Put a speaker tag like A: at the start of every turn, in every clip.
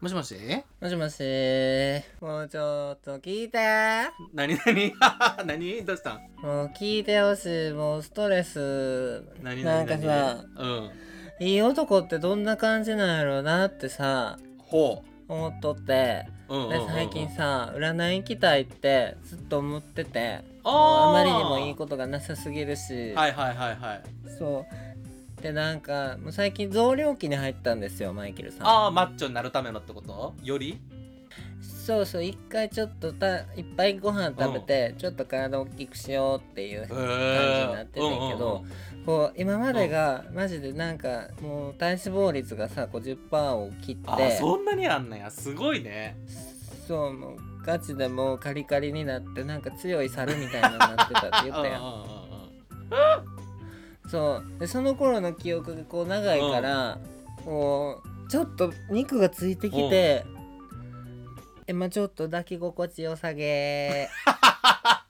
A: もしもし
B: もしもしもうちょっと聞いて
A: 何 何何どうしたん
B: もう聞いてほしいもうストレス
A: 何
B: なんかさ
A: うん
B: いい男ってどんな感じなんやろうなってさ
A: ほ
B: 思っとって
A: う,、うんうんうん
B: で
A: うん
B: 最近さ占い行きたいってずっと思ってて
A: あー
B: もうあまりにもいいことがなさすぎるし、
A: はいはいはいはい
B: そうでなんかもう最近増量期に入ったんですよマイケルさん
A: ああマッチョになるためのってことより
B: そうそう一回ちょっとたいっぱいご飯食べて、ちょっと体大きくしようっていう
A: へえ
B: 感じになってんねんけ
A: う
B: ど
A: んうんうん
B: こう今までがマジでなんかもう体脂肪率がさ50%を切っ
A: あ
B: て
A: ーそんなにあんのやすごいね
B: そうもうガチでもうカリカリになってなんか強い猿みたいになってたって言
A: うん
B: ったや
A: んうんうんうん
B: そうでその頃の記憶がこう長いから、こうちょっと肉がついてきて、今ちょっと抱き心地よさげ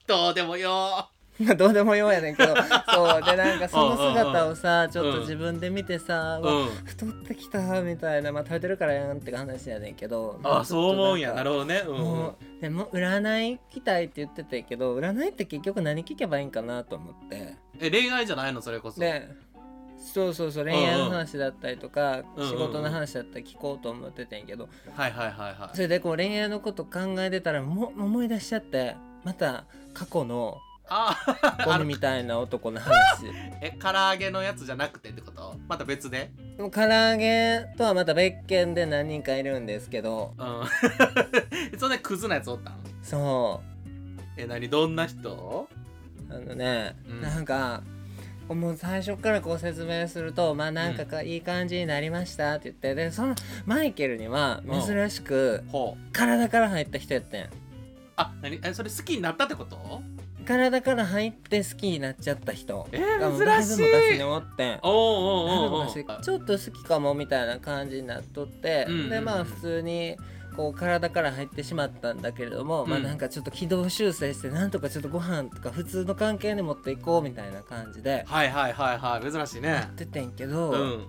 A: どうでもよ
B: まあどうでもようやねんけどそうでなんかその姿をさちょっと自分で見てさ、
A: ー
B: うわ
A: うん
B: 太ってきたみたいなまあ食べてるからやんって話やねんけど
A: あーそう思うんやなる
B: ほ
A: ほどねうんうん
B: もうでも占い聞きたいって言ってたけど占いって結局何聞けばいいんかなと思って
A: え恋愛じゃないのそれこそ
B: でそうそうそう恋愛の話だったりとか、
A: うんうん
B: 仕事の話だったり聞こうと思ってたんやけど、
A: はいはいはいは
B: それでこう恋愛のこと考えてたらも思い出しちゃってまた過去の
A: いあー
B: ゴ
A: あ
B: ミ
A: の
B: みたいな男の話。
A: え唐揚げのやつじゃなくてってことまた別で
B: でも唐揚げとはまた別件で何人かいるんですけど
A: うん そんなクズなやつおったん
B: そ
A: え何どんな人
B: うあのね、
A: うん
B: なんかもう最初からこう説明するとまあなんかかいい感じになりましたって言ってでそのマイケルには
A: うん
B: 珍しく
A: ほう
B: 体から入った人やってん
A: あ何えそれ好きになったってこと
B: 体から入って好きになっちゃった人
A: え
B: がもう
A: ー、
B: だい
A: 珍
B: ぶ
A: し
B: 昔
A: い
B: におってん
A: おお
B: だいぶ
A: おうおうおう
B: 昔ちょっと好きかもみたいな感じになっとって、
A: うんうんうん
B: でまあ普通にこう体から入ってしまったんだけれども、まあ
A: うん
B: なんかちょっと軌道修正してなんとかちょっとご飯とか普通の関係に持っていこうみたいな感じで
A: はいはいはいはい珍しい
B: や
A: ね
B: っててんけど、
A: うん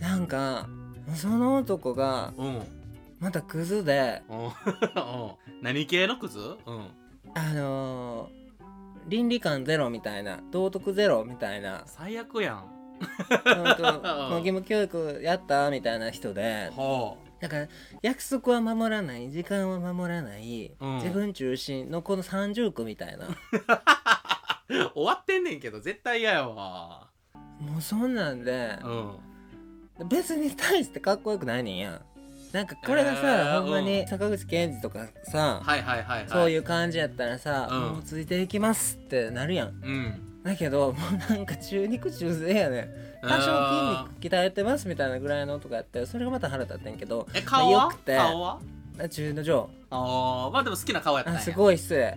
B: なんかその男が
A: うん
B: またクズで
A: うんうん何系のクズうん
B: あのー倫理観ゼロみたいな道徳ゼロみた いな
A: 最悪やん
B: 本当この義務教育やったみたいな人で
A: ほ
B: だから約束は守らない時間は守らない、
A: うん
B: 自分中心のこの三重苦みたいな
A: う終わってんねんけど絶対嫌やわ
B: もうそんなんで
A: うん
B: 別に大してかっこよくないねんやなんかこれがさ、
A: えー
B: ほんま
A: う
B: に
A: ん
B: 坂口健二とかさ、
A: はいはいはいはい
B: そういうう感じやったらさ、
A: うん
B: もうついていきますってなるやん
A: うん
B: だけどもうなんか中肉中背やねん多少筋肉鍛えてますみたいなぐらいのとかやってそれがまた腹立ってんけど
A: え顔は
B: よくて
A: 顔は
B: あ中の上
A: あーまあでも好きな顔やったん
B: あ
A: や
B: すごい失礼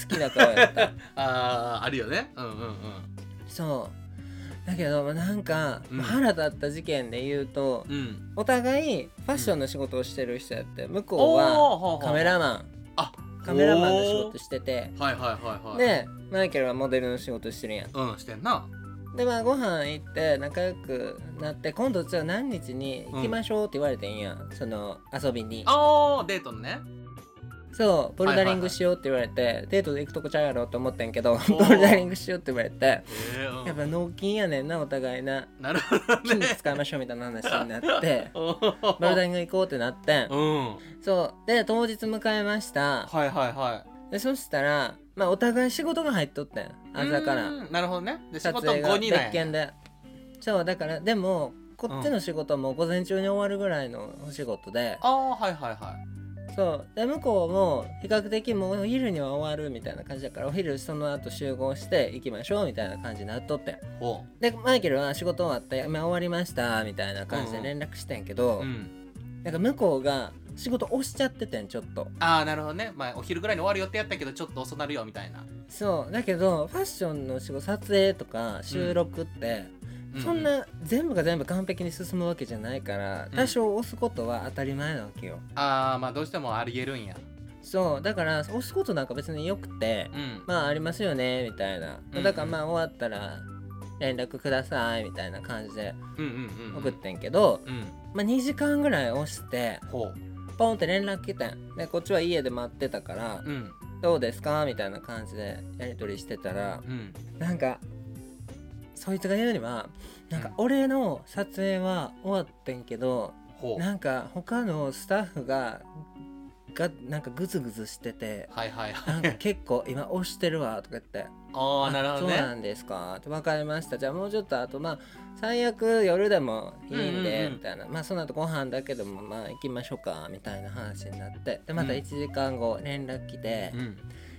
B: 好きな顔や った
A: あーあるよねうんうんうん
B: そうだけどまあなんか、
A: うん
B: 腹立った事件で言うと
A: うん
B: お互いファッションの仕事をしてる人やって向こうは
A: おー
B: カメラマン
A: あ
B: カメラマンの仕事してて
A: はいはいはいはい
B: でマイケルはモデルの仕事してるやん
A: うんしてんな
B: でまあご飯行って仲良くなって今度じゃあ何日に行きましょうって言われてんや、ん、その遊びに
A: あーデートのね
B: そうボルダリングしようって言われて、デートで行くとこちゃうやろと思ってんけどボルダリングしようって言われて
A: えーうん
B: やっぱ納金やねんなお互 いな
A: なるほど
B: 金
A: ね
B: 使いましょうみたいな話にな って
A: おー
B: ボルダリング行こうってなってん
A: うん
B: そうで当日迎えました
A: はいはいは
B: でそしたらまあお互い仕事が入っとってん
A: い
B: 朝か
A: う
B: ら
A: ーんなるほどねで仕
B: 撮
A: 事
B: 影が
A: 5人
B: 別
A: だよ
B: 件でそうだからでもこっちの仕事も午前中に終わるぐらいのお仕事で
A: ああはいはいはい
B: そうで向こうも比較的もうお昼には終わるみたいな感じだからお昼その後集合して行きましょうみたいな感じになっとってん
A: ほ
B: でマイケルは仕事終わって今終わりましたみたいな感じで連絡してんけど、
A: ううん
B: なんか向こうが仕事押しちゃっててんちょっと
A: ああなるほどねまあお昼ぐらいに終わる予定やったけどちょっと遅なるよみたいな
B: そうだけどファッションの仕事撮影とか収録って、
A: う
B: そんな全部が全部完璧に進むわけじゃないから
A: うん
B: 多少押すことは当たり前なわけよ、
A: ああまあどうしてもありえるんや
B: そうだから押すことなんか別によくて、
A: うん
B: まあありますよねみたいな、
A: うん
B: だからまあ終わったら連絡くださいみたいな感じで
A: うんうんうんうん
B: 送ってんけど、
A: うん
B: まあ2時間ぐらい押して
A: ほう
B: ポンって連絡来てんでこっちは家で待ってたから
A: うん
B: 「どうですか?」みたいな感じでやり取りしてたら
A: うん
B: なんかそいつが言うにはなんか俺の撮影は終わってんけど
A: ほう
B: なんか他のスタッフががなんかグズグズしてて
A: はいはいは
B: なんか
A: い
B: 結構今押してるわとか言って
A: ああなるほど
B: そうな
A: ね
B: んですかって分かりましたじゃあもうちょっとあとまあ最悪夜でもいいん
A: うんうん
B: で
A: うん
B: みたいな、まあその後ご飯だけでもまあ行きましょうかみたいな話になってでまた
A: うん
B: 1時間後連絡来て
A: う、ん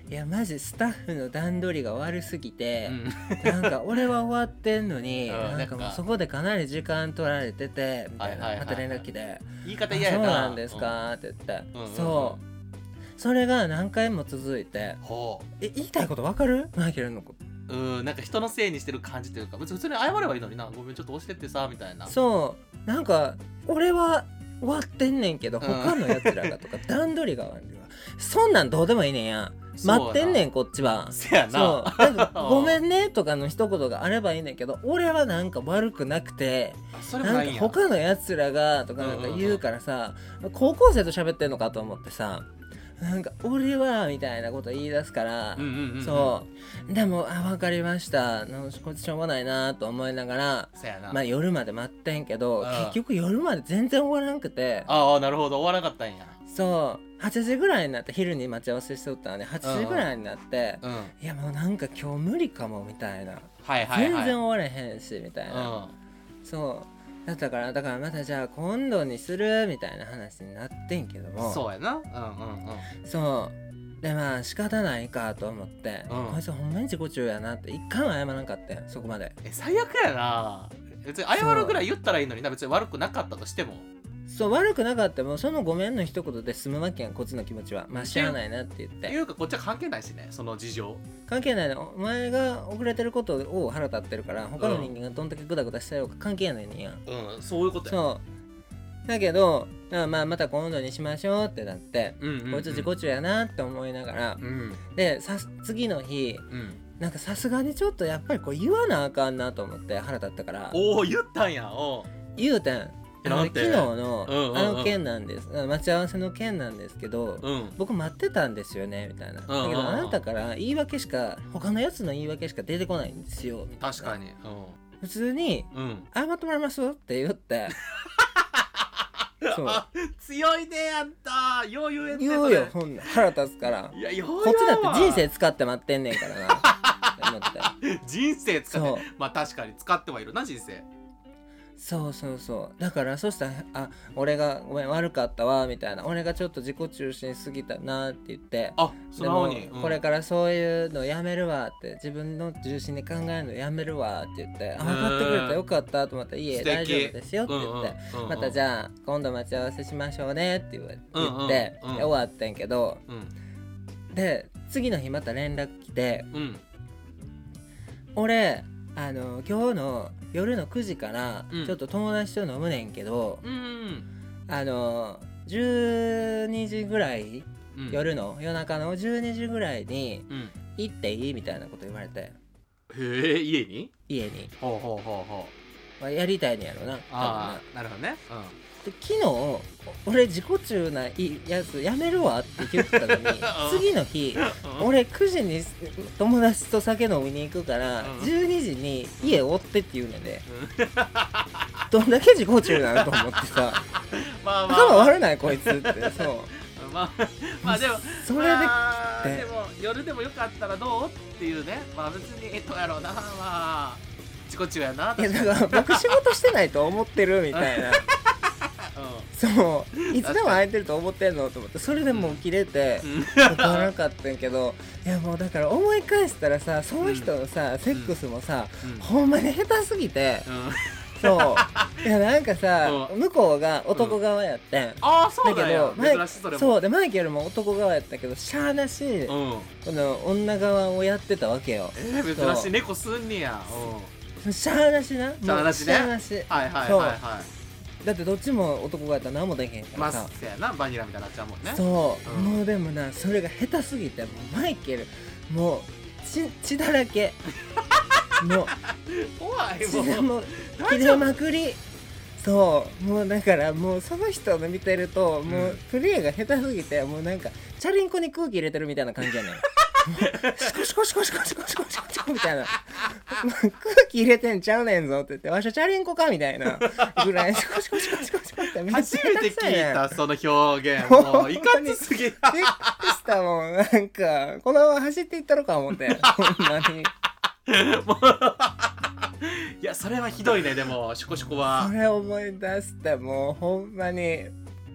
B: いやマジスタッフの段取りが悪すぎ
A: う
B: て、
A: ん
B: なんか俺は終わってんのに
A: うん
B: なん
A: な
B: かも
A: ん
B: う
A: か
B: そこでかなり時間取られててみたいな、
A: はいはいはいはい
B: また連絡来て
A: 言い
B: 「あ
A: 方嫌
B: そ
A: や
B: う
A: な
B: なんですか」って言って、
A: うんうんうん
B: そうそれが何回も続いて
A: うんほ
B: え言いたいこと分かるマイケルのこと
A: ううんなんか人のせいにしてる感じというか別に普通に謝ればいいのになごめんちょっと押してってさみたいな
B: そうなんか俺は終わってんねんけど
A: うん
B: 他のやつらが とか段取りが悪いわそんなんどうでもいいねんや
A: そうやな
B: 待ってんねんこっちは
A: せや
B: そう
A: な
B: なん かごめんねとかの一言があればいいねんけど俺はなんか悪くなくて
A: あそれも
B: な
A: なん
B: か
A: いんや
B: 他のやつらがとかなんか言うからさ高校生と喋ってんのかと思ってさなんか俺はみたいなこと言い出すから
A: うんうんうんうん
B: そうでもあ分かりましたなんかこっちしょうもないなと思いながら
A: せやな
B: まあ夜まで待ってんけど
A: うん
B: 結局夜まで全然終わらんくて
A: ああなるほど終わらなかったんや
B: そう8時ぐらいになって昼に待ち合わせしとったので8時ぐらいになって
A: うんはい
B: いやもうなんか今日無理かもみたいな
A: はいはい
B: 全然終われへんしみたいな
A: う
B: そうだったからだからまたじゃあ今度にするみたいな話になってんけども
A: んそうやなうんうんうん
B: そうでまあ仕方ないかと思って
A: うん
B: こいつほんまに自己中やなって一回も謝らんかったよそこまで
A: え最悪やな別に謝るぐらい言ったらいいのにな別に悪くなかったとしても
B: そう悪くなかったもうそのごめんの一言で済むわけやんこっちの気持ちはまあしゃあないなって言っ
A: って
B: て
A: いうかこっちは関係ないしねその事情
B: 関係ないのお前が遅れてることを腹立ってるから他の人間がどんだけグダグダしたようか関係ないねんやん
A: うんそういうことや
B: そうだけどまあまあまた今度にしましょうってなって、
A: うんうんうん
B: こいつ自己中やなって思いながら、
A: うん
B: でさす次の日
A: うん
B: なんかさすがにちょっとやっぱりこれ言わなあかんなと思って腹立ったから
A: おお言ったんやおう
B: 言うてん
A: え
B: あの
A: なん
B: 昨
A: て
B: 日の
A: うんうんうん
B: あの件なんです、あの待ち合わせの件なんですけど、
A: うん
B: 僕待ってたんですよねみたいな、
A: うんうん
B: だけどあなたから言い訳しか他のやつの言い訳しか出てこないんですよみたいな
A: 確かに
B: 普通に
A: うんうん
B: 「謝ってもらいます?」って 言ってそう
A: あ強いねあんたよう言えんね
B: 言うよほんなら腹立つか ら
A: それいやよう
B: こっちだ
A: 言うわ
B: って人生使って待ってんねんからなって思って
A: 人生使っ
B: そう
A: てまあ確かに使ってはいるな人生
B: そうそうそうだからそしたら「あ俺がごめん悪かったわ」みたいな「俺がちょっと自己中心すぎたな」って言って
A: あ素
B: で
A: 直
B: も
A: にうん
B: これからそういうのやめるわって自分の重心で考えるのやめるわって言って「あ分かってくれたよかった」と思って「いいえ
A: 素敵
B: 大丈夫ですよ」って言って。
A: うんうん
B: またじ
A: ゃ
B: ゃあ今度待ち合わせしましょうねって言わ
A: うんうん
B: 言って、
A: うん
B: で終わってんけど
A: うん
B: で次の日また連絡来て
A: うん
B: 俺あの今日の夜の9時から
A: うん
B: ちょっと友達と飲むねんけど、
A: うん
B: あの12時ぐらい、
A: うん
B: 夜の夜中の12時ぐらいに
A: うん
B: 行っていいみたいなこと言われて
A: へえ家に
B: 家に、
A: ほうほうほうほう
B: まあ、やりたいんやろな
A: あ
B: 多
A: あなるほどねうん
B: 分なで昨日お俺自己中ないやつやめるわって言って たのに次の日俺9時に友達と酒飲みに行くから
A: うん
B: 12時に家追ってって言うねんでどんだけ自己中なのと思ってさ
A: まあまあ
B: 頭悪ないこいつってそう
A: まあ まあでも
B: それで
A: まあ
B: 切って
A: でも夜でもよかったらどうっていうねまあ別にえっとやろうなまあ自己中やない確
B: や
A: かに
B: だから僕仕事してないと思ってるみた いなそういつでも空いてると思ってんのと思ってそれでもう切れて
A: うんうん
B: 分からなかったんやけどいやもうだから思い返したらさその人のさ、セックスもさ、ほんまに下手すぎて、
A: うん
B: そういやなんかさ、
A: う
B: 向こうが男側やってん、
A: ああそう
B: だ
A: だ
B: けど
A: よ
B: 前
A: 珍しいそれも
B: そうでマイケルも男側やったけどしゃあなし、
A: う
B: こ
A: ん
B: の女側をやってたわけよ
A: えー珍しい猫すんねやうん
B: しゃあなしな
A: しゃあなしね
B: もうしゃあなし
A: はいはい
B: そう
A: はいはい
B: だってどっちも男側やったら何もできへんか
A: ま
B: ら
A: あ
B: さ、
A: せやなバニラみたいになっちゃうもんね
B: そう、
A: うん
B: もうでもなそれが下手すぎてもうマイケルもう血血だらけもう
A: 怖い
B: 血
A: も
B: が
A: う
B: もう切
A: 大丈
B: れ
A: 夫
B: まくりそうもうだからもうその人の見てるとも
A: うん
B: うプレーが下手すぎてもうなんかチャリンコに空気入れてるみたいな感じやねんもうシコシコシコシコシコシコシコシコみたいなもう空気入れてんちゃうねんぞって言ってわしゃチャリンコかみたいなぐらいシコシコシコシコシコってめっ
A: 初
B: ちゃ
A: め
B: 下手
A: て
B: くさいね
A: 聞い
B: ん
A: たその表現も
B: ほんま
A: う
B: に
A: いかつすぎ
B: びっくりしたもんなんかこのまま走っていったのか思 ってほんまに
A: もういやそれはひどいねでもシコシコは
B: それ思い出してもうほんまに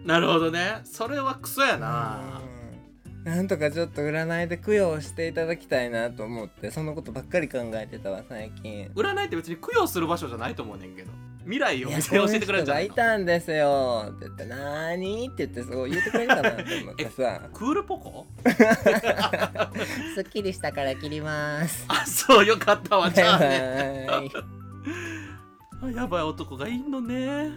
A: なるほどねそれはクソやな
B: うんなんとかちょっと占いで供養していただきたいなと思ってそんなことばっかり考えてたわ最近
A: 占いって別に供養する場所じゃないと思うねんけど未来を
B: い
A: 見
B: や
A: せ教えてくれるんじゃ
B: が
A: ない
B: い
A: の
B: たんですよって言って「なーに?」って言ってそう言ってくれるかなと思って さ
A: クールポコ
B: 「すっきりしたから切ります」
A: あそうよ かったわじゃあね
B: バイバイ
A: あやばい男がいんのね